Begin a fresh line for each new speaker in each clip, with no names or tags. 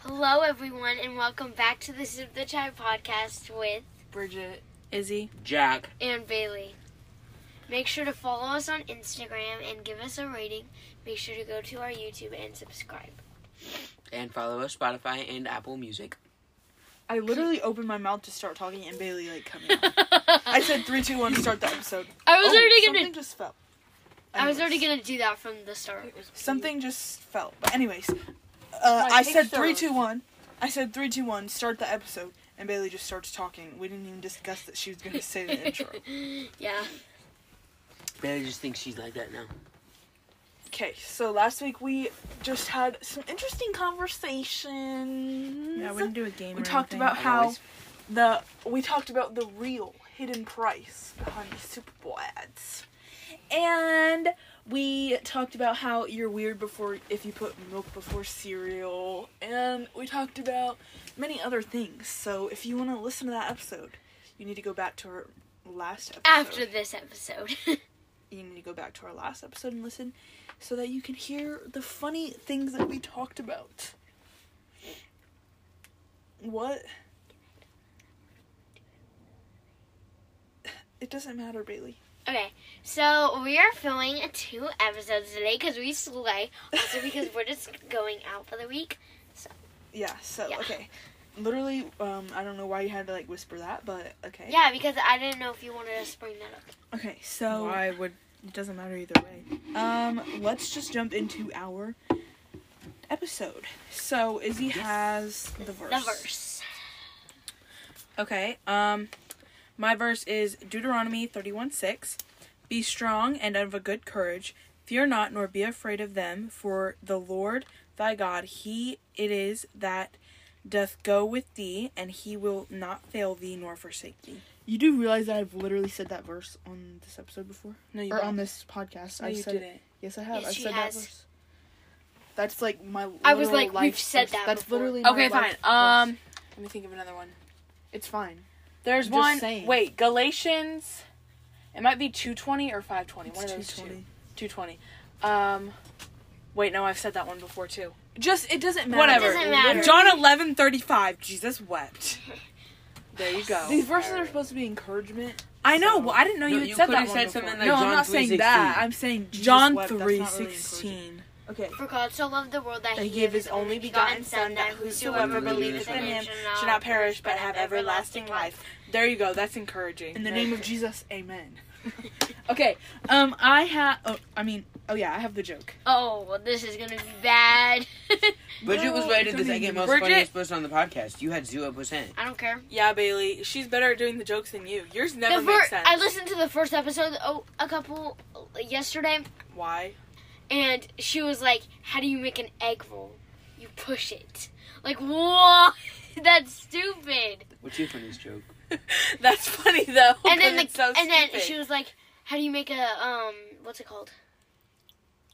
Hello, everyone, and welcome back to the Sip the Chai podcast with
Bridget.
Izzy.
Jack.
Ann Bailey. Make sure to follow us on Instagram and give us a rating. Make sure to go to our YouTube and subscribe.
And follow us Spotify and Apple Music.
I literally opened my mouth to start talking, and Bailey like coming. out. I said three, two, one, start the episode.
I was
Oh,
already
something
gonna.
just fell.
I was
Anyways.
already gonna do that from the start.
Something just fell. But anyways, uh, I said three, two, one. I said three, two, one. Start the episode, and Bailey just starts talking. We didn't even discuss that she was gonna say the intro.
Yeah.
Bailey just thinks she's like that now.
Okay, so last week we just had some interesting conversations.
Yeah, we didn't do a game.
We
or
talked
anything.
about
I
how
always-
the we talked about the real hidden price behind the Super Bowl ads. And we talked about how you're weird before if you put milk before cereal, and we talked about many other things. So if you want to listen to that episode, you need to go back to our last episode.
After this episode.
you need to go back to our last episode and listen, so that you can hear the funny things that we talked about. What? It doesn't matter, Bailey.
okay, so we are filming two episodes today because we slay. Also because we're just going out for the week.
Yeah. So
Yeah.
okay. Literally, um, I don't know why you had to like whisper that, but okay.
Yeah, because I didn't know if you wanted us to bring that up.
Okay. So
Why would it doesn't matter either way.
um, let's just jump into our episode. So Izzy has the verse.
The verse.
Okay. Um my verse is Deuteronomy 31 6. Be strong and of a good courage. Fear not, nor be afraid of them, for the Lord thy God, he it is that doth go with thee, and he will not fail thee nor forsake thee.
You do realize that I've literally said that verse on this episode before,
No, you
or
won't.
on this podcast.
No,
I
you
said
didn't.
Yes, I have.
Yes,
I've
she
said
has.
that verse. That's like my.
I was
literal
like,
life
we've said
verse.
that
That's
before.
literally. My
Okay, fine.
life verse.
Um let me think of another one.
it's fine.
There's
I'm just
one.
saying.
Wait, Galatians. It might be two twenty or five twenty. One
It's
of those two.
2:20.
Two twenty. Um, wait, no, I've said that one before too. Just it doesn't matter.
It
Whatever.
doesn't matter.
John eleven thirty five. Jesus wept. There you go.
These verses are supposed to be encouragement.
I know. Well, I didn't know
No,
you had
you
said
could've
that one
said
before.
something like-
no,
no,
John
I'm not saying that.
3:16.
I'm saying Jesus
John
wept. That's not
three
really
sixteen.
encouraging. Okay.
For God so loved the world that
That
he
he
gave
gave
his
his only begotten Son, that whosoever
believeth
in him Should not perish, but have everlasting life. There you go. That's encouraging.
In the name of Jesus, Amen. okay. Um, I have. Oh, I mean. Oh yeah, I have the joke.
Oh, well, this is gonna be bad.
Bridget was
No,
rated the
don't
second
even-
most
Bridget-
funniest person on the podcast. You had zero percent.
I don't care.
Yeah, Bailey. She's better at doing the jokes than you. Yours never
the
makes
first,
sense.
I listened to the first episode oh, a couple yesterday,
Why?
and she was like, "How do you make an egg roll? You push it." Like, what? That's stupid.
What's your funniest joke?
That's funny though.
And then
'cause
the,
it's Oh so
and then
stupid.
she was like, "How do you make a um, what's it called?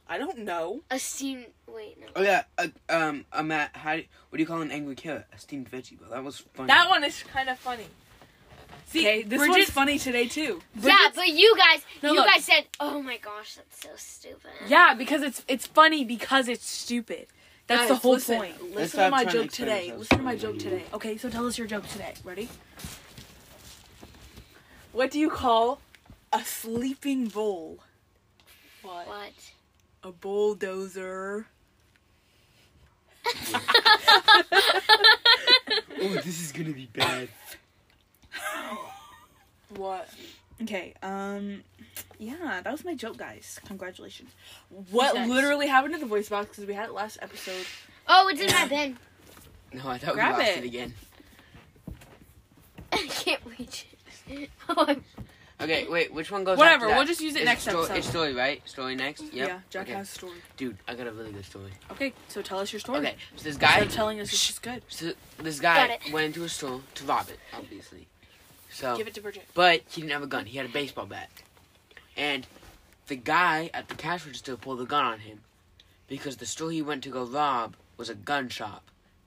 I don't know.
A steam? Wait, no.
Oh yeah, uh, um, a Matt. How do, what do you call an angry carrot? A steamed veggie. Well, that was funny.
That one is kind of funny. See,
Okay, this
Bridget's
one's
funny today too.
yeah, but you guys,
No,
you
look.
guys said, "Oh my gosh, that's so stupid."
Yeah, because it's it's funny because it's stupid. That's the
Guys,
whole
listen,
point.
Let's
Listen
stop
to my
trying to
joke
explain
today.
ourselves.
Listen to my joke today.
Okay, so tell us your joke today. Ready? What do you call?
A sleeping bull.
What?
What?
A bulldozer.
Oh, this is gonna be bad.
What?
Okay, um, yeah, that was my joke, guys. Congratulations.
What?
What literally happened to the voice box? Because we had it last episode.
Oh, it's in my bin.
No, I thought
Grab
we lost
it.
it. again.
I can't reach it. Oh, I'm
Okay, wait. Which one goes?
Whatever.
After that?
We'll just use it
It's
next
sto-
episode.
It's story, right? Story next. Yep.
Yeah, Jack
okay.
has a story.
Dude, I got a really good story.
Okay, so tell us your story.
Okay, so this
Guy,
guy.
Instead of telling us it's just good.
So this
Got
guy
it.
went into a store to rob it, obviously.
Oh.
So,
Give it to Bridget.
but he didn't have a gun. He had a baseball bat, and the guy at the cash register pulled a gun on him because the store he went to go rob was a gun shop,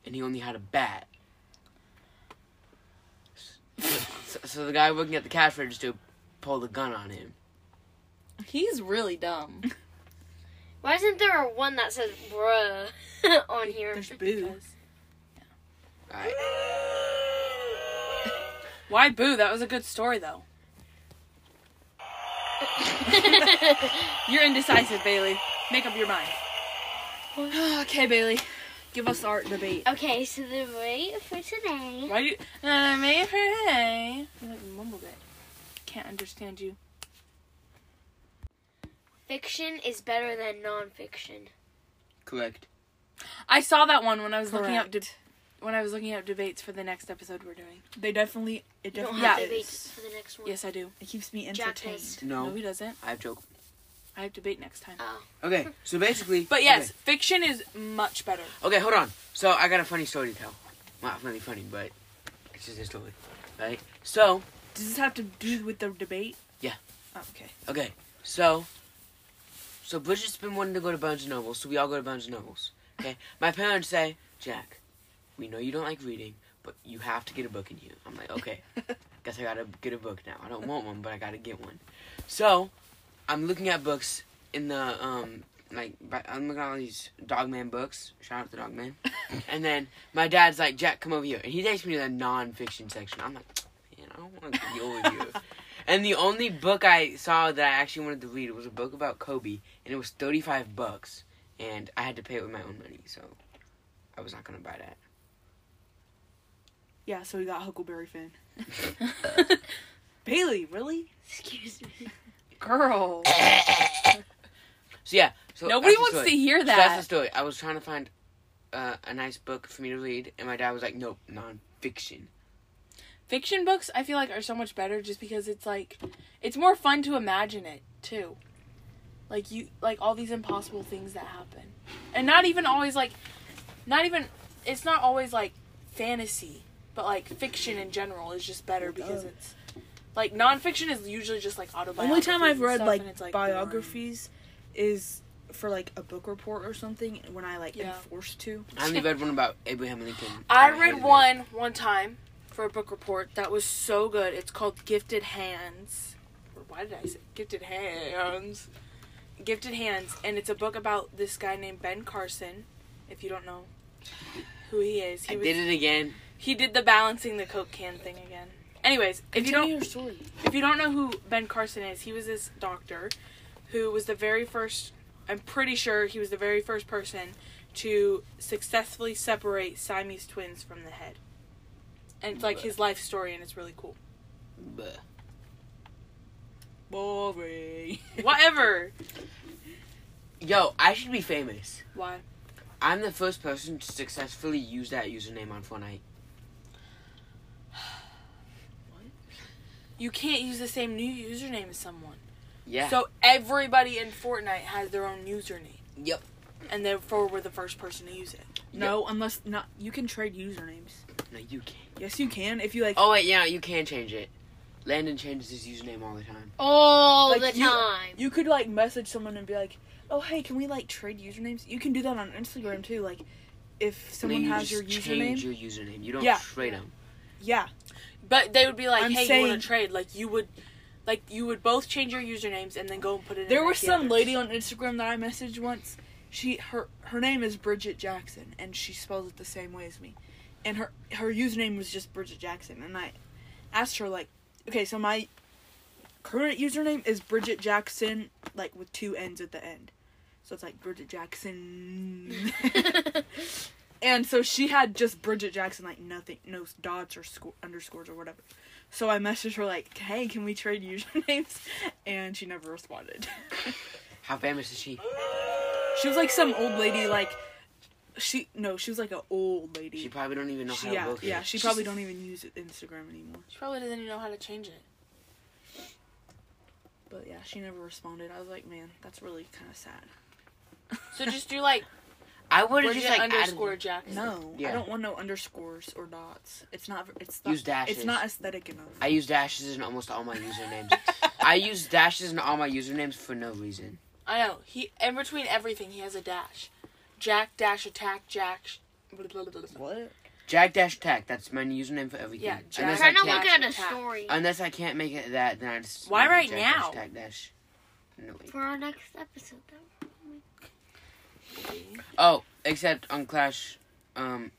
and he only had a bat. So, so the guy working at the cash register pulled a gun on him.
He's really dumb.
Why isn't there a one that says bruh on here?
There's boo.
Alright.
Why boo? That was a good story though. You're indecisive, Bailey. Make up your mind. okay, Bailey. Give us our debate.
Okay, so the debate for today.
Why do you uh, made her hey? You like mumbled it. Can't understand you.
Fiction is better than nonfiction.
Correct.
I saw that one when I was looking up de-
Correct.
when I was looking up debates for the next episode we're doing.
They definitely. It
You don't
definitely
have
Yeah.
debate
is.
for the next one.
Yes, I do.
It keeps me
Jack
entertained.
does.
No,
No,
he doesn't.
I have joke.
I have debate next time.
Oh.
Okay, so basically.
But yes, fiction is much better.
Okay, hold on. So I got a funny story to tell. Not really funny, but it's just a story, right? So
Does this have to do with the debate?
Yeah.
Oh, okay.
okay, so so Bridget's been wanting to go to Barnes and Noble, so we all go to Barnes and Nobles. Okay, my parents say, Jack, we know you don't like reading, but you have to get a book in you. I'm like, okay, guess I gotta get a book now. I don't want one, but I gotta get one. So I'm looking at books in the um like by- I'm looking at all these Dogman books. Shout out to Dogman. and then my dad's like, Jack, come over here, and he takes me to the nonfiction section. I'm like, man, I don't want to deal with you. and the only book I saw that I actually wanted to read was a book about Kobe, and it was 35 bucks, and I had to pay it with my own money, so I was not gonna buy that.
Yeah, so we got Huckleberry Finn. Bailey, really?
Excuse me.
Girl.
So yeah, so
Nobody
that's the
wants
story.
to hear
So that's the
that.
story. I was trying to find uh, a nice book for me to read, and my dad was like, "Nope, nonfiction."
Fiction books, I feel like, are so much better just because it's like, it's more fun to imagine it too. Like you, like all these impossible things that happen, and not even always like, not even, it's not always like fantasy, but like fiction in general is just better because it's, like nonfiction is usually just like autobiography.
Only time I've read like, biographies is for like a book report or something when I like am
Yeah.
forced to.
I only read one about Abraham Lincoln.
I
hated
read
it.
one one time for a book report that was so good. It's called Gifted Hands. Or Why did I say Gifted Hands? Gifted Hands, and it's a book about this guy named Ben Carson. If you don't know who he is, he
I
was,
did it again.
he did the balancing the coke can thing again. Anyways, if you don't
story.
if you don't know who Ben Carson is, he was this doctor who was the very first, I'm pretty sure he was the very first person to successfully separate Siamese twins from the head. And it's like his life story, and it's really cool.
Bleh.
Boring.
Whatever.
Yo, I should be famous.
Why?
I'm the first person to successfully use that username on Fortnite.
You can't use the same new username as someone.
Yeah.
So everybody in Fortnite has their own username,
yep.
and therefore we're the first person to use it.
No, unless not you can trade usernames.
No, you can't.
Yes, you can if you like.
Oh wait, yeah, you can change it. Landon changes his username all the time.
All
Like
the
you-
time.
You could like message someone and be like, "Oh, hey, can we like trade usernames?" You can do that on Instagram too. Like, if someone
no, you
has
just
your
change
username,
your username. You don't
Yeah.
trade them.
yeah,
But they would be like,
I'm
"Hey, you
saying-
want to trade?" Like you would, like you would both change your usernames and then go and put it.
There
in
was
the
some
others.
lady on Instagram that I messaged once. She her her name is Bridget Jackson and she spells it the same way as me. And her her username was just Bridget Jackson and I asked her like, "Okay, so my current username is Bridget Jackson like with two n's at the end." So it's like Bridget Jackson. and so she had just Bridget Jackson like nothing, no dots or sco- underscores or whatever. So I messaged her like, "Hey, can we trade usernames?" And she never responded.
How famous is she?
She was like some old lady, like she no, she was like an old lady.
She probably don't even know
She-
how
yeah,
to work
yeah.
it.
She probably don't even use it- Instagram anymore.
She probably doesn't even know how to change it.
But yeah, she never responded. I was like, man, that's really kind of sad.
So just do like
I would have
Bridget
just like added-
underscore Jackson.
No,
Yeah.
I don't want no underscores or dots. It's not. It's not.
Use dashes.
It's not aesthetic enough.
I use dashes in almost all my usernames. I use dashes in all my usernames for no reason.
I know. He in between everything he has a dash. Jack dash attack Jack. sh- Blah, blah, blah, blah, blah.
what?
Jack dash tech. That's my username for everything.
Yeah, Jack-
I'm
unless I
trying to
can't,
look
Dash
at a
attack.
story
unless I can't make it that, then I just
Why
make it
right
Jack
now?
Dash, tech dash. No, wait.
for our next episode. Though.
Oh, except on Clash, um,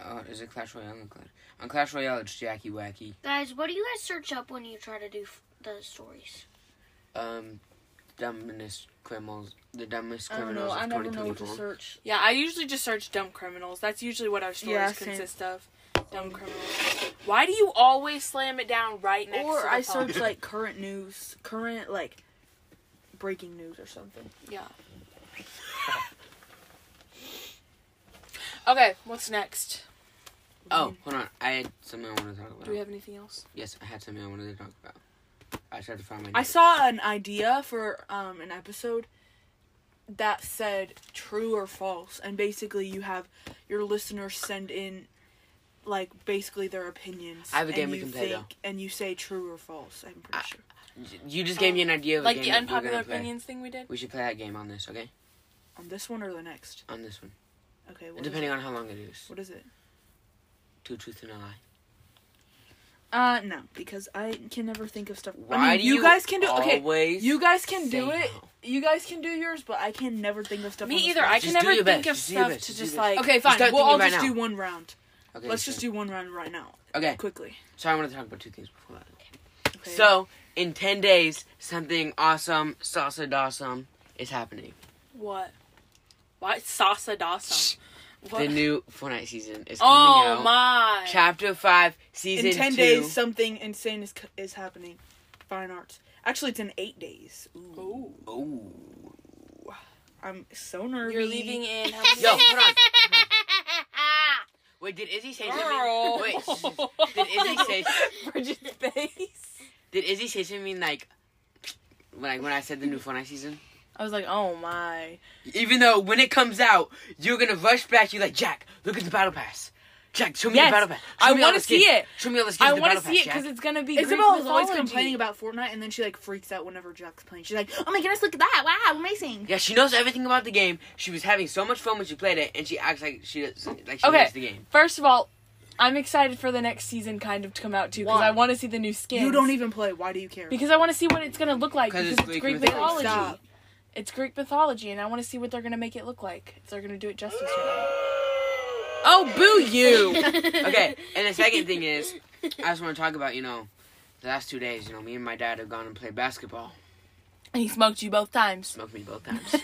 uh, Oh, is it Clash Royale? and Clash- On Clash Royale, it's Jackie Wacky.
Guys, what do you guys search up when you try to do f- the stories?
Um, dumbest criminals. The dumbest
I don't
criminals
know. I
of
never know what to
2021.
search.
Yeah, I usually just search dumb criminals. That's usually what our stories
Yeah, same.
consist of. Dumb criminals. Why do you always slam it down right next to
Or
the
I
phone?
search like current news, current like breaking news or something.
Okay, what's next?
Oh, hold on. I had something I wanted to talk about.
Do we have anything else?
yes, I had something I wanted to talk about. I tried to find my.
I
notes.
saw an idea for um, an episode that said true or false, and basically you have your listeners send in like basically their opinions.
I have a game
and
we
you
can play, though.
and you say true or false. I'm pretty
I-
sure.
You just gave me an idea of a
Like
game
the
that we're
unpopular
gonna play.
opinions thing we did?
We should play that game on this, okay?
On this one or the next?
On this one,
Okay. What is
depending on how long it is.
it? What is it?
Two truths and a lie.
Uh, no, because I can never think of stuff.
Why
I mean,
do
you,
you
guys can do. Okay,
always
you guys can do
say
it.
no?
You guys can do yours, but I can never think of stuff.
Me
on the
either.
spot.
I
Just
can
do
never
your
think
best.
of
Just do your
stuff
best.
to
Just do
just
your
like.
best.
Okay, fine.
start
We'll
thinking
all
right
just
now.
do one round.
Okay,
Let's
so-
just do one round right now,
Okay,
quickly.
so I want to talk about two things before that.
Okay.
So in ten days, something awesome, salsa dawsome, is happening.
What? Why? Sasa Dawson.
The
What?
new Fortnite season is coming
oh
out.
my.
Chapter five, season
in 10
two.
days something insane is, c- is happening fine arts actually it's in eight days Ooh.
Oh.
i'm so nervous
You're leaving in. How many
Yo, hold on. Wait, did Izzy say something? Wait,
Girl.
did Izzy say?
Bridget's face.
Did Izzy say something like, like when I said the new Fortnite season?
I was like, oh my.
Even though when it comes out, you're gonna rush back. You're like, Jack, look at the battle pass. Jack, show me
Yes,
the battle pass.
I
Show me all
wanna
the skins.
see it.
Show me all the skins.
I
want to
see it
Jack.
because it's gonna be.
Isabel
Greek
is always
mythology.
complaining about Fortnite, and then she like freaks out whenever Jack's playing. She's like, "Oh my goodness, look at that! Wow, amazing!"
Yeah, she knows everything about the game. She was having so much fun when she played it, and she acts like she does, like she
Okay.
knows the game.
First of all, I'm excited for the next season kind of to come out too because
Why?
I want to see the new skins.
You don't even play. Why do you care?
because I want to see what it's gonna look like
'Cause
because
it's
it's,
Greek
Greek,
mythology.
mythology.
Stop.
It's Greek mythology, and I want to see what they're gonna make it look like. If they're gonna do it justice. Or not. oh, boo you!
Okay, and the second thing is, I just want to talk about you know, the last two days. You know, me and my dad have gone and played basketball.
he smoked you both times.
Smoked me both times.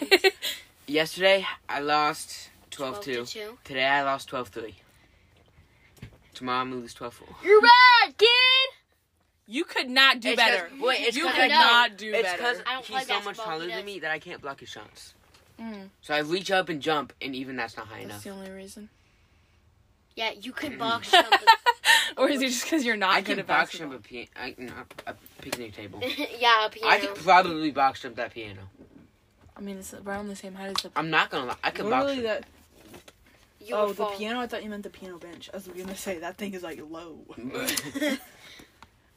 Yesterday I lost 12-2.
12 to 2.
Today I lost 12-3. Tomorrow I'm gonna lose 12-4.
You're bad, kid!
you could not do
It's 'cause-
better.
wait, it's
you
'cause-
could
I know.
not do
It's because
better.
I don't play
he's so much
basketball,
taller
he
than
does.
me that I can't block his shots.
Mm,
So I reach up and jump, and even that's not high enough.
that's the only reason.
Yeah, you could box something.
or is it just because you're not
I
good
can
at
box jump
basketball?
a, pi- I, no, a picnic table.
yeah, a piano.
I could probably box jump that piano.
I mean, it's around the same height as the.
I'm not gonna lie. I could box
Literally,
jump.
that.
you
Oh,
would
the
fall.
piano. I thought you meant the piano bench. I was gonna say that thing is like low.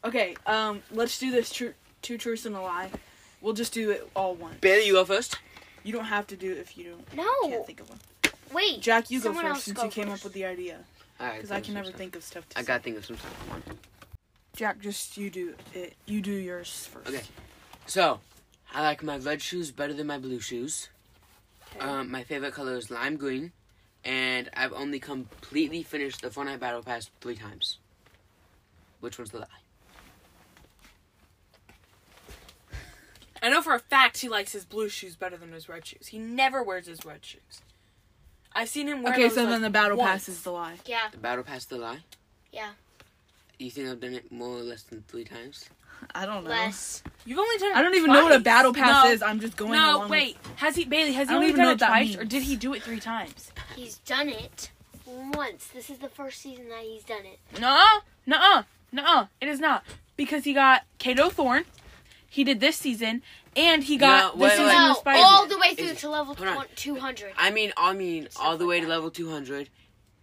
Okay, um, let's do this. Tru- two truths and a lie. We'll just do it all one.
Bailey, you go first.
You don't have to do it if you don't
No,
Oh.
can't think of one.
wait.
Jack, you go
Someone
first
else
since
go
you came
first.
up with the idea.
All right.
Because I can never think of stuff to
I
say.
gotta think of some stuff. Come on.
Jack, just you do it. You do yours first.
Okay. So, I like my red shoes better than my blue shoes. Um, my favorite color is lime green, and I've only completely finished the Fortnite Battle Pass three times. Which one's the lie?
I know for a fact he likes his blue shoes better than his red shoes. He never wears his red shoes. I've seen him wear.
Okay,
those,
so
like,
then the battle
once.
pass is the lie.
Yeah,
The Battle Pass the lie?
Yeah.
You think I've done it more or less than three times?
I don't know.
less.
You've only done. It
I don't even know what a
twice.
battle pass
No,
is. I'm just going
no,
along. with-
wait. Has he Bailey? Has
I
he
don't
only
even
done
know
it
what that
twice, or
means.
did he do it three times?
He's done it once. This is the first season that he's done it.
Nuh-uh, nuh-uh, nuh-uh. It is not because he got Kato Thorn. He did this season, and he got
No, wait,
this season
wait.
no,
with Spider.
all the way through
Is-
to level
hold on.
20 200.
I mean, I mean, all the
like
way to
that.
level 200,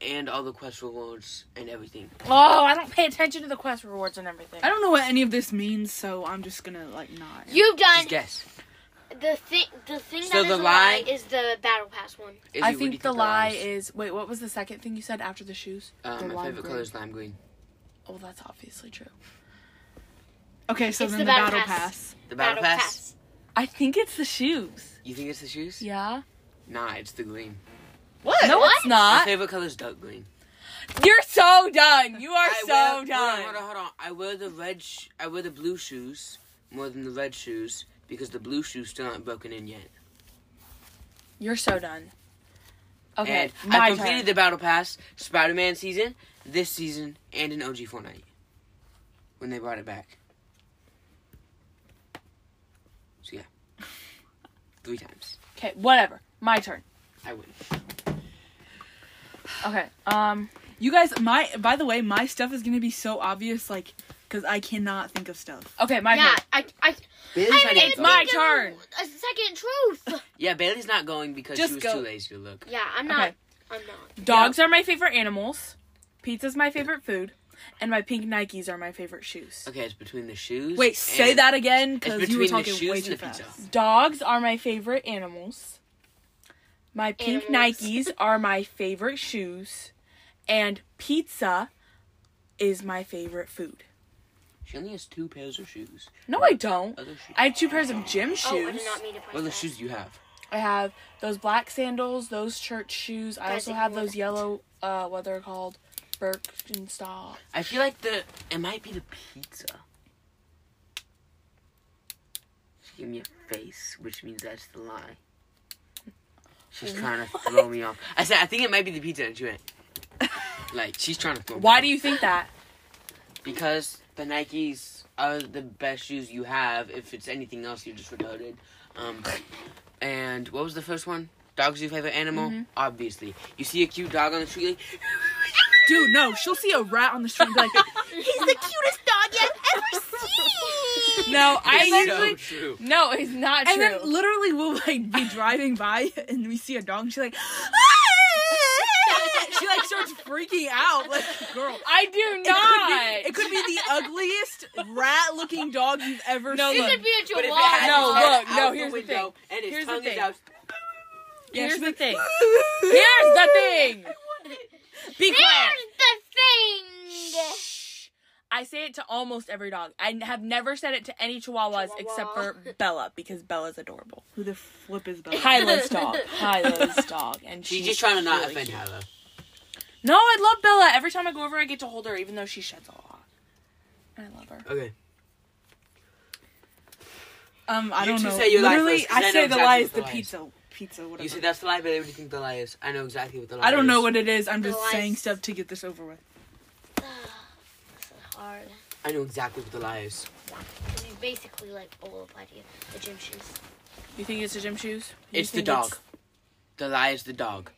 and all the quest rewards and everything.
oh, I don't pay attention to the quest rewards and everything.
I don't know what any of this means, so I'm just gonna like not.
You've done
Just guess.
the thing. The thing that
So
is
the
a lie
lie-
is the battle pass one.
Izzy,
I
what do you
think the lie
is.
is. Wait, what was the second thing you said after the shoes?
Uh,
the
my
lime
favorite
green.
color is lime green.
Oh, that's obviously true.
Okay, so
It's
then
the
the,
battle
battle,
pass.
pass.
The Battle, pass.
I think it's the shoes.
You think it's the shoes?
Yeah.
Nah, it's the green.
What? No,
What?
it's
My
not.
favorite color is dark green.
You're so done. You are
I
so
wear- hold on,
done.
Hold on, hold on. I wear the red. Sh- I wear the blue shoes more than the red shoes because the blue shoes still aren't broken in yet.
You're so done. Okay,
And
my
I
turn.
completed the battle pass Spider-Man season, this season, and in OG Fortnite when they brought it back. So yeah, three times
Okay, whatever. My turn.
I win.
Okay. Um.
You guys, my by the way, my stuff is gonna be so obvious, like, cause I cannot think of stuff.
Okay, my
yeah,
turn.
I, I,
Bailey's
I didn't
not even
even
going.
my
give
turn.
you A second truth.
Yeah, Bailey's not going because
Just
she was
go.
too lazy to look.
yeah, I'm not.
Okay.
I'm not.
Dogs are my favorite animals. Pizza's my favorite food, and my pink Nikes are my favorite shoes.
Okay, it's between the shoes.
Wait, say
and-
that again,
It's
cause
between
you were
the
talking
shoes
way
and
too
the
fast.
pizza.
Dogs are my favorite animals. My pink
Animals.
Nikes are my favorite shoes, and pizza is my favorite food.
She only has two pairs of shoes.
No, I don't.
Other shoes.
I have two pairs of gym shoes.
Oh, I did not mean to press
What other
that.
shoes do you have?
I have those black sandals, those church shoes. I
Guys,
also
if
have
you want
those
it.
yellow, uh, what they're called, Birkenstock.
I feel like the it might be the pizza. She gave me a face, which means that's the lie. She's trying to throw me off. I said I think it might be the pizza, and she went like she's trying to throw.
Why do
me
you think that?
off. Because the Nikes are the best shoes you have. If it's anything else, you're just retarded. Um, and what was the first one? Dog's your favorite animal?
Mm-hmm.
Obviously, you see a cute dog on the street. Like,
Dude, no, she'll see a rat on the street and be like,
He's the cutest dog I've ever seen.
No, I
it's
usually.
so true.
No, it's not
and
true.
then literally we'll like be driving by and we see a dog and she's like, she like starts freaking out, like, girl.
I do not.
It could be, it could be the ugliest rat looking dog you've ever
No,
seen.
This
look.
would be a
But if it
chihuahua.
had
No,
its head
look,
out
no, here's the
window
thing.
And its
Here's the
tongue is
thing.
out.
Here's the thing. Here's
Here's
the thing. Be quiet.
Here's the thing.
I say it to almost every dog. I n- have never said it to any chihuahuas except for Bella because Bella's adorable.
Who the flip is Bella?
Hyla's dog. Hyla's dog. And
She's just trying to not offend
her.
Hala.
No, I love Bella. Every time I go over, I get to hold her, even though she sheds a lot. And I love her.
Okay.
Um, I
You
don't
two
know.
say your lie
Literally,
first, 'cause
I,
I know
say the
exactly
lie is
what the
the
lie is.
pizza, pizza, whatever.
You said that's the lie, but what do you think the lie is? I know exactly what the lie is.
I don't know what it is. I'm
The
just
lie
saying
is-
stuff to get this over with.
This is hard.
I know exactly what the lie is.
This is basically like all of idea. The gym shoes.
You think it's the gym shoes? You
It's the
think
dog. The lie is the dog.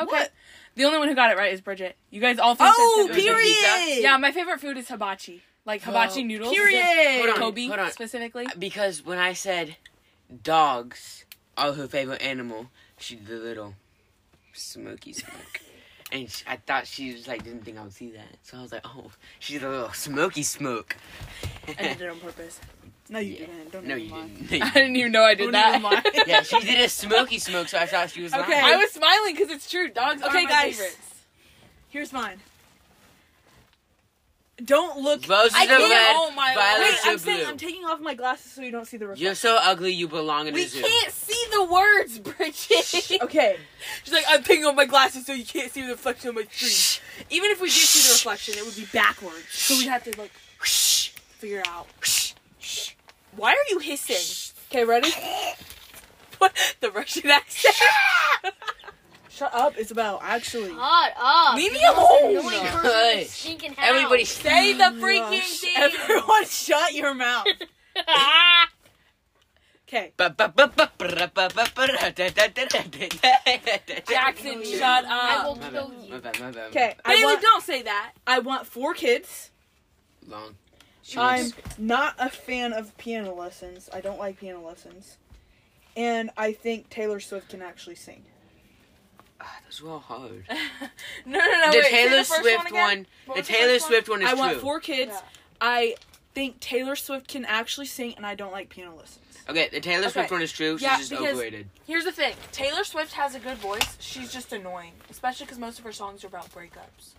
Okay.
What?
The only one who got it right is Bridget. You guys all think
Oh,
that's
period.
Yeah, my favorite food is hibachi. Like hibachi noodles.
Period.
Hold on,
Kobe
hold on.
specifically.
Because when I said dogs are her favorite animal, she did a little smoky smoke. And sh I thought she was like, didn't think I would see that. So I was like, oh, she's a little smoky smoke.
I did it on purpose.
No, you
Yeah.
didn't. Don't
No,
even
you
lie.
didn't.
I
No, you
didn't even know I did
Don't
that.
even lie.
yeah, she did a smoky smoke, so I thought she was
Okay.
lying.
I was smiling because it's true. Dogs are
Okay,
my
guys.
favorites.
Here's mine. Don't look.
Roses
I
are
can't-
red,
oh my
Wait,
violets
I'm
are blue.
saying I'm taking off my glasses so you don't see the reflection.
You're so ugly, you belong in
We
a zoo.
can't see the words, Bridget. She's
Okay.
like, I'm picking up my glasses so you can't see the reflection of my screen. Even if we did see the reflection, it would be backwards. So we'd have to like figure it out. Why are you hissing?
Okay, ready?
What the Russian accent?
Shut up, Isabel. Actually.
Hot up.
Leave me
You're the most
alone.
annoying person
Hey.
in stinking house.
Everybody,
Say the
Oh Gosh,
freaking thing.
Everyone, shut your mouth. Okay.
Jack,
Jackson, shut
I will
up.
kill you.
Okay. I
Bailey,
want.
don't say that.
I want four kids.
Long. She
I'm
wants-
not a fan of piano lessons. I don't like piano lessons. And I think Taylor Swift can actually sing.
Ah, those were all hard.
No, no, no.
the
wait, say
Taylor
the first
Swift
again.
one.
What
the
was the
Taylor
first one?
Swift one is
I want
true.
four kids.
Yeah.
I think Taylor Swift can actually sing, and I don't like piano lessons.
Okay, the Taylor Swift
Okay.
one is true. She's
Yeah,
just
because-
overrated.
Here's the thing Taylor Swift has a good voice. She's just annoying, especially because most of her songs are about breakups.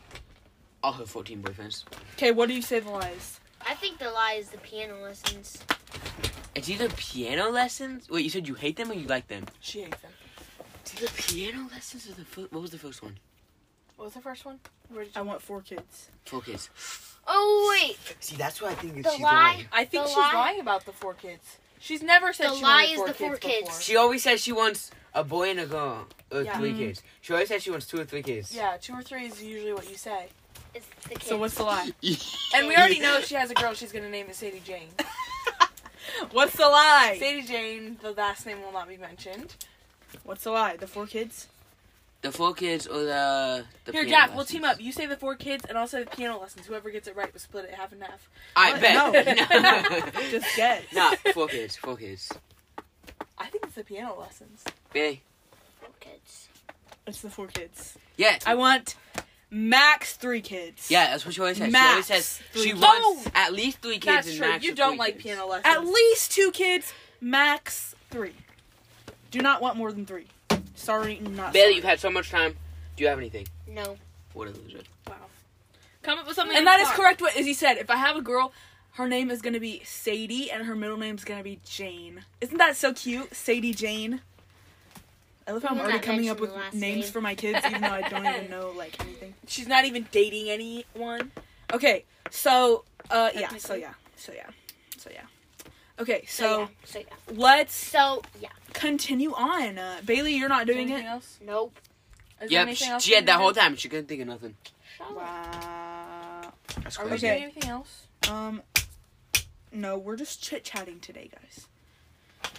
All her 14 boyfriends.
Okay, what do you say the lies?
I think the lie is the piano lessons.
It's either piano lessons. Wait, you said you hate them or you like them?
She hates them.
It's either piano lessons or the. Fir- what was the first one?
What was the first one? Where did
I want four kids.
Four kids.
Oh wait,
See, that's why I think
The
that she's
lie-
lying.
I think
The
she's
lie-
lying about the four kids. She's never said
The
she
lie
wanted
is
four
the
kids
four kids.
before.
She always says she wants a boy and a girl, or
Yeah. Mm-hmm.
three kids. She always says she wants two or three kids.
Yeah, two or three is usually what you say.
it's the kids.
So what's the lie?
And we already know she has a girl. She's gonna name it Sadie Jane.
What's the lie?
Sadie Jane. The last name will not be mentioned.
What's the lie? The four kids?
The four kids or the. the
Here,
piano
Jack. We'll
lessons.
team up. You say the four kids, and I'll say the piano lessons. Whoever gets it right, will split it half and half.
I
What?
bet.
No. Just guess.
Nah, four kids. Four kids.
I think it's the piano lessons.
Yay.
kids?
It's the four kids.
Yeah.
I want max three kids.
yeah, that's what she always says.
Max.
She always says she
Three
wants at least three kids
That's
and
true.
max
You
of
don't
three
like
kids.
piano lessons.
At least two kids, max three. Do not want more than three. Sorry, not
Bailey,
sorry.
you've had so much time. Do you have anything?
No.
What a loser.
Come up with something.
And
you
that is
thought.
correct what Izzy said. If I have a girl, her name is gonna be Sadie and her middle name's gonna be Jane. Isn't that so cute? Sadie Jane. I love how I'm
We're
already
not
coming
mentioning
up with
the last
names
name.
for my kids, even though I don't even know like anything.
She's not even dating anyone.
Okay, so uh yeah, so
Technically.
yeah, so yeah, so yeah. Okay,
So,
so
yeah. So yeah.
let's
So yeah.
continue on. Uh, Bailey, you're not doing
anything
it.
else?
Nope.
Is there
Yep,
anything
she,
else
she
we
had
need
that
to
whole
do?
time. She couldn't think of nothing.
Wow.
That's
Are we
crazy.
doing
Okay.
anything else?
Um, no, we're just chit chatting today, guys.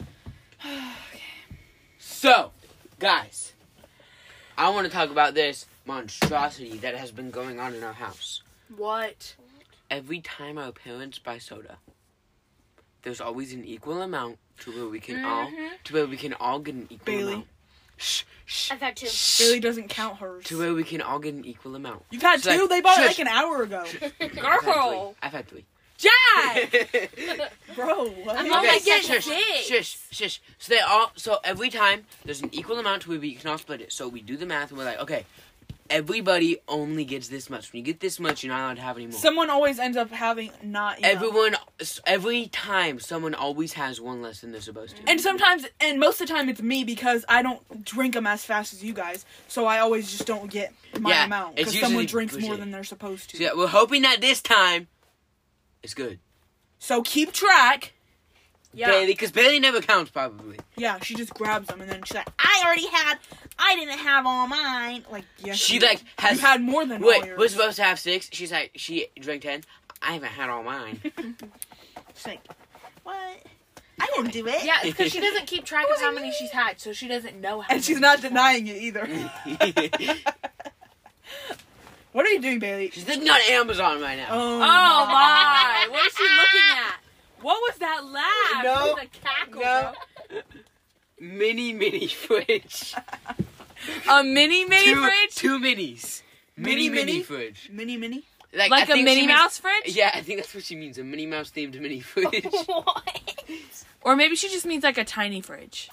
So, guys, I want to talk about this monstrosity that has been going on in our house.
What?
Every time our parents buy soda, there's always an equal amount to where we can all
Mm-hmm.
to where we can all get an equal
Bailey.
amount. Shh, shh.
I've had two.
Bailey doesn't count hers.
To where we can all get an equal amount.
You've had
She's like,
two. they bought it
"Shush."
like an hour ago.
Girl.
I've had three. I've
Jack!
had three.
Bro, what?
I'm only getting
shush,
six.
shush, shush. So they all. So every time there's an equal amount to where we can all split it. So we do the math and we're like, okay, everybody only gets this much. When you get this much, you're not allowed to have any more.
Someone always ends up having not enough.
Everyone, s- every time, someone always has one less than they're supposed to.
And sometimes, and most of the time, it's me because I don't drink them as fast as you guys, so I always just don't get my
Yeah,
amount
it's
because someone
usually
drinks more
usually-
than they're supposed to.
so yeah, we're hoping that this time, it's good.
So keep track.
Yeah. Bailey, because Bailey never counts probably.
Yeah, she just grabs them and then she's like, "I already had. I didn't have all mine." Like, yes,
She
you
like
did.
has
you had more than all
Wait,
yours.
we're supposed to have six. She's like, she drank ten. I haven't had all mine.
She's like, what? I didn't do it.
Yeah, because she doesn't keep track of how many she's had, so she doesn't know how.
and she's
many
not
had.
denying it either. what are you doing, Bailey?
She's looking on Amazon right now.
Oh,
Oh my! What is she looking at? What was that laugh?
No.
It was a cackle.
No. Mini mini fridge.
bro. A mini mini
two,
fridge,
Two minis.
Mini,
Mini mini,
mini?
fridge.
mini mini.
I
like a
think she
Minnie
means-
Mouse fridge,
Yeah, I think that's what she means. A Minnie Mouse themed mini fridge.
Oh.
What?
or maybe she just means like a tiny fridge.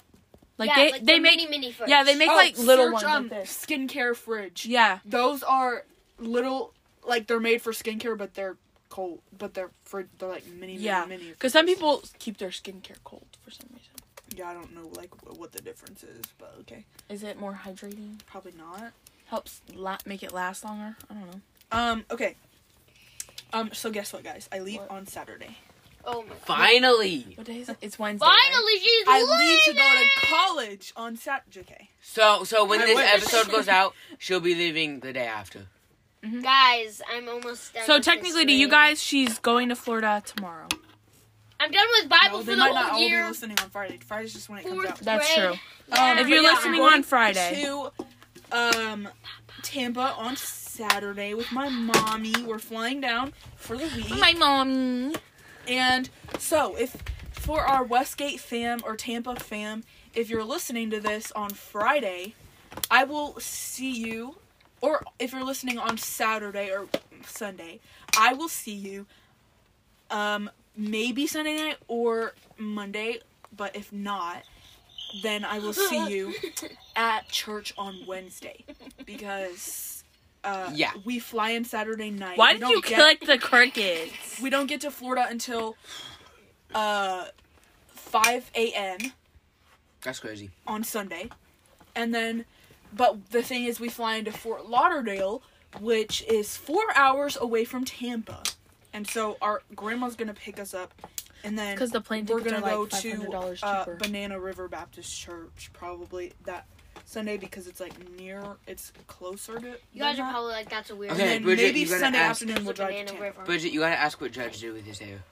Like
yeah,
they
like
they
the
make
mini mini first.
yeah they make like
Oh,
little
search,
ones.
um,
like this.
skincare fridge.
Yeah,
Those are little, like they're made for skincare, but they're cold. But they're fridge. They're like mini, mini,
Yeah.
mini.
because some people keep their skincare cold for some reason.
Yeah, I don't know like wh- what the difference is, but okay,
Is it more hydrating?
probably not.
Helps la- make it last longer. I don't know.
Um, okay. Um, so guess what, guys? I leave
What?
on Saturday.
Oh my.
Finally.
What day is it? It's Wednesday. right?
Finally, she's
I
leaving.
leave to go to college on Saturday. Okay.
So so when
I
this
wish.
episode goes out, she'll be leaving the day after.
Guys, I'm almost done.
So
with this
technically, to you
reading.
guys, she's going to Florida tomorrow.
I'm done with Bible
No,
for
they
the
might not all
whole
be
year.
listening on Friday. Friday's just when it comes
Fourth
out.
That's
grade.
true.
Yeah.
Um,
If
but
you're
yeah, I'm
listening
going
on Friday,
to um Tampa on Saturday with my mommy. We're flying down for the week.
my mom.
and so if for our Westgate fam or Tampa fam, if you're listening to this on Friday, I will see you or if you're listening on Saturday or Sunday, I will see you um maybe Sunday night or Monday, but if not, then I will see you at church on Wednesday because uh,
Yeah.
we fly in Saturday night.
Why
We
did
don't
you
get-
collect the crickets?
we don't get to Florida until uh 5 a.m.
That's crazy.
on Sunday, and then But the thing is, we fly into Fort Lauderdale, which is four hours away from Tampa, and so our grandma's gonna pick us up, and then
Because the plane
we're
tickets
gonna
are like
go
five hundred
to
dollars
uh,
cheaper.
Banana River Baptist Church probably that Sunday because it's like near, it's closer to.
You guys
than
are
that.
probably like, that's a weird.
And
Okay,
then
Bridget,
maybe
you gotta
Sunday
ask-
afternoon
the
we'll drive to
banana
Tampa.
river.
Bridget, you gotta ask what judge did with his hair.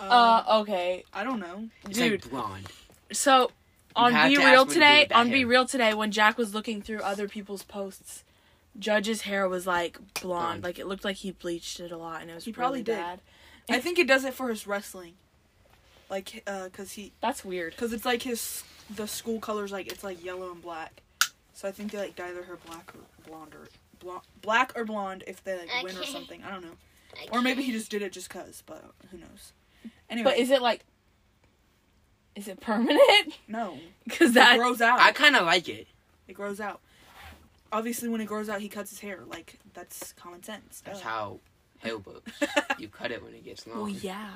Um,
Uh, okay,
I don't know.
It's
dude.
like blonde.
So on
had
Be
to ask
Real
what to do
today,
with that
on Be
hair.
Real today, when Jack was looking through other people's posts, Judge's hair was like blonde,
Blonde.
like it looked like he bleached it a lot, and it was
He probably
probably
did.
bad.
I think he does it for his wrestling, like uh, cause he
That's weird.
Cause it's like his the school colors like it's like yellow and black, so I think they like dye their hair black or blonde or blonde, black or blonde if they like win or
Okay.
something. I don't know.
I
Or maybe
can't-
he just did it just cause, but who knows. Anyway,
But is it like, is it permanent?
no,
Because
it
that
grows out.
I kind of like it.
it grows out. Obviously, when it grows out, he cuts his hair. Like that's common sense.
That's
Duh.
how hair works. you cut it when it gets long.
Well, Oh, yeah.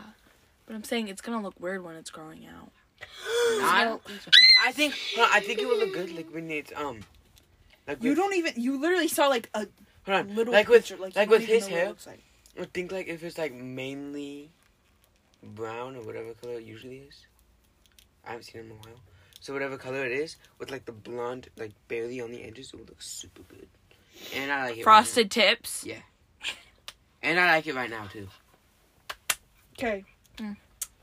But I'm saying it's gonna look weird when it's growing out.
I, I think hold on, I think it would look good like when it's um like
You
with-
don't even. You literally saw like a
hold on,
little
like with
picture. Like,
like
you don't
with
even know
his
what it
hair.
looks like.
I think like if it's like mainly brown or whatever color it usually is. I haven't seen it in a while. So whatever color it is, with like the blonde like barely on the edges, it would look super good. And I like it. right now.
Frosted tips.
Yeah. And I like it right now too.
Okay.
Mm.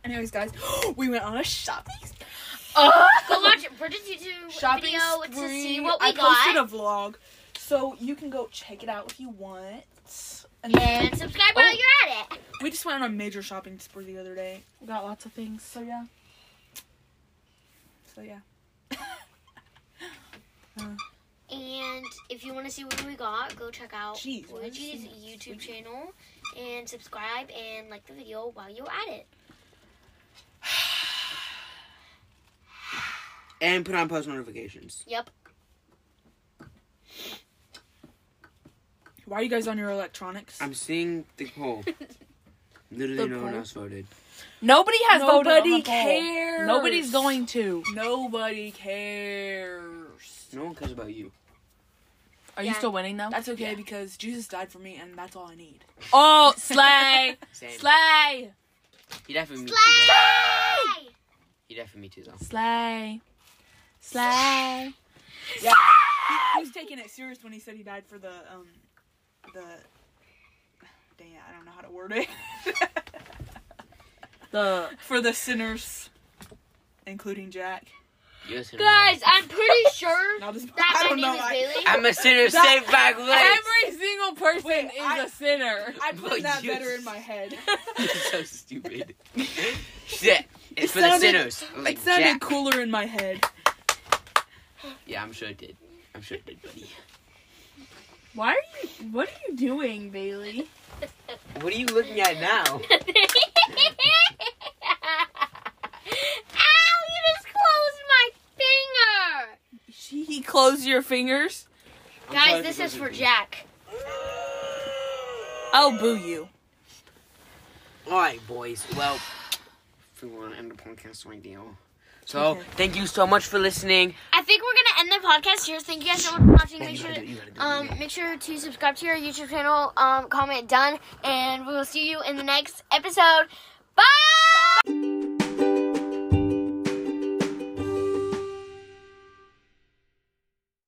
Anyways, guys, we went on a shopping
Go watch Bridget's YouTube
shopping
video to
spree.
see what we
I
got.
posted a vlog, so you can go check it out if you want. And
and subscribe while
Oh.
you're at it.
we just went on a major shopping spree the other day.
We got lots of things.
So yeah. So yeah.
And if you want to see what we got, go check out
Jeez, why does
Luigi's
it seem like
YouTube channel and subscribe and like the video while you're at it.
And put on post notifications.
Yep.
Why are you guys on your electronics?
I'm seeing the poll. Literally
The
no one
poll?
else voted.
Nobody has voted.
Nobody
on the poll.
cares.
Nobody's going to.
Nobody cares.
No one cares about you.
Are you
Yeah.
still winning though?
That's okay because Jesus died for me, and that's all I need.
oh, slay,
Same.
slay,
He definitely me too. though.
Slay!
He definitely me too though.
slay, slay.
He, he was taking it serious when he said he died for the um, the. Dang it, I don't know how to word it.
The
for the sinners, including Jack.
You're a sinner.
Guys, I'm pretty sure
Not as
that
I
my
don't
name
know.
is
I,
Bailey.
I'm a sinner saved by grace.
every single person
Wait,
is a
I-
sinner.
I put
Well,
that
you-
better in my head.
You're so stupid. Shit. It's
It
for
sounded-
the sinners. Like
it sounded
Jack.
cooler in my head.
Yeah, I'm sure it did. I'm sure it did, buddy.
Why are you? What are you doing, Bailey?
What are you looking at now?
Ow, you just closed my finger!
She he closed your fingers.
Guys, this is for Jack.
Oh, boo you.
Alright, boys. Well, if we want to end the podcast right now. So, thank you so much for listening.
I think we're gonna end the podcast here. Thank you guys so much for watching. Make
You
sure
gotta do
to,
it, you gotta do it.
um, make sure to subscribe to our YouTube channel, um, comment done, and we will see you in the next episode. Bye!